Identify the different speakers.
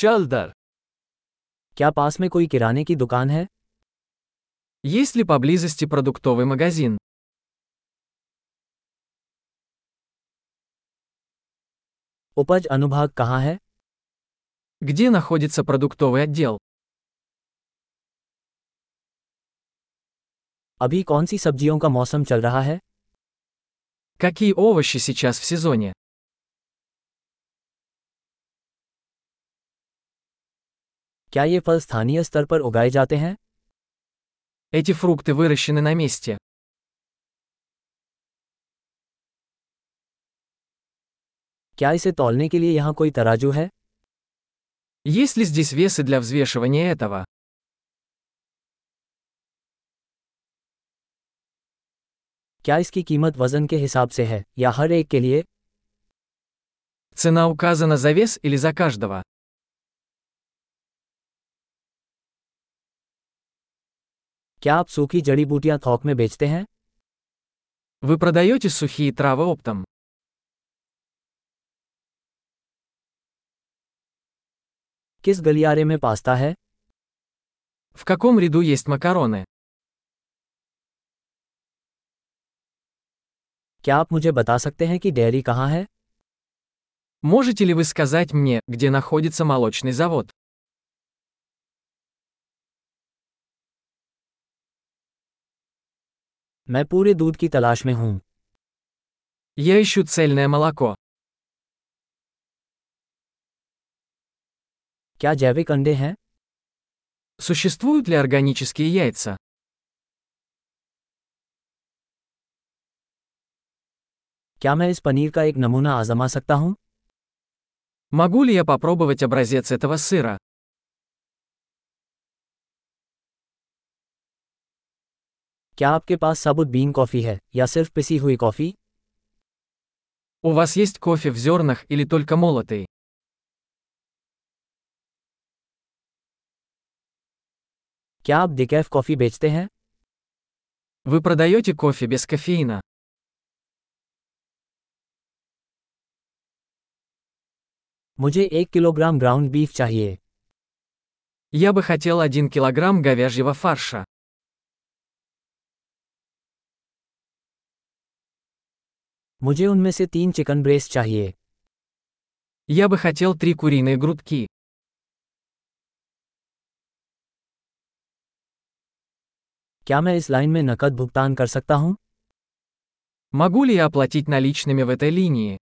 Speaker 1: Чал дар.
Speaker 2: क्या पास में कोई किराने की दुकान है
Speaker 1: Есть ли поблизости продуктовый магазин?
Speaker 2: उपज अनुभाग कहाँ है
Speaker 1: Где находится продуктовый отдел?
Speaker 2: अभी कौन सी सब्जियों का मौसम चल रहा है
Speaker 1: Какие овощи сейчас в сезоне?
Speaker 2: क्या ये फल स्थानीय स्तर पर उगाए जाते हैं
Speaker 1: Эти фрукты выращены на месте.
Speaker 2: क्या इसे तौलने के लिए यहाँ कोई तराजू है
Speaker 1: Есть ли здесь весы для взвешивания этого?
Speaker 2: क्या इसकी कीमत वजन के हिसाब से है या हर एक के लिए
Speaker 1: Цена указана за вес или за каждого?
Speaker 2: क्या आप सूखी जड़ी बूटियां थोक में बेचते हैं
Speaker 1: Вы продаете сухие травы оптом?
Speaker 2: किस गलियारे में पास्ता है
Speaker 1: В каком ряду есть макароны?
Speaker 2: क्या आप मुझे बता सकते हैं कि डेयरी कहाँ है
Speaker 1: Можете ли вы сказать мне, где находится молочный завод?
Speaker 2: मैं पूरे दूध की तलाश में हूँ
Speaker 1: Я ищу цельное молоко.
Speaker 2: क्या जैविक अंडे हैं
Speaker 1: Существуют ли органические яйца?
Speaker 2: क्या मैं इस पनीर का एक नमूना आजमा सकता हूँ
Speaker 1: Могу ли я попробовать образец этого сыра?
Speaker 2: क्या आपके पास साबुत बीन कॉफ़ी है या सिर्फ पिसी हुई कॉफ़ी
Speaker 1: У вас есть кофе в зернах или только молотый?
Speaker 2: क्या आप डिकैफ कॉफ़ी बेचते हैं
Speaker 1: Вы продаете кофе без кофеина?
Speaker 2: मुझे एक किलोग्राम ग्राउंड बीफ चाहिए
Speaker 1: Я бы хотел 1 килограмм говяжьего фарша.
Speaker 2: मुझे उनमें से तीन चिकन ब्रेस्ट चाहिए
Speaker 1: Я бы хотел 3 куриные грудки.
Speaker 2: क्या मैं इस लाइन में नकद भुगतान कर सकता हूँ
Speaker 1: Могу ли я оплатить наличными в этой линии?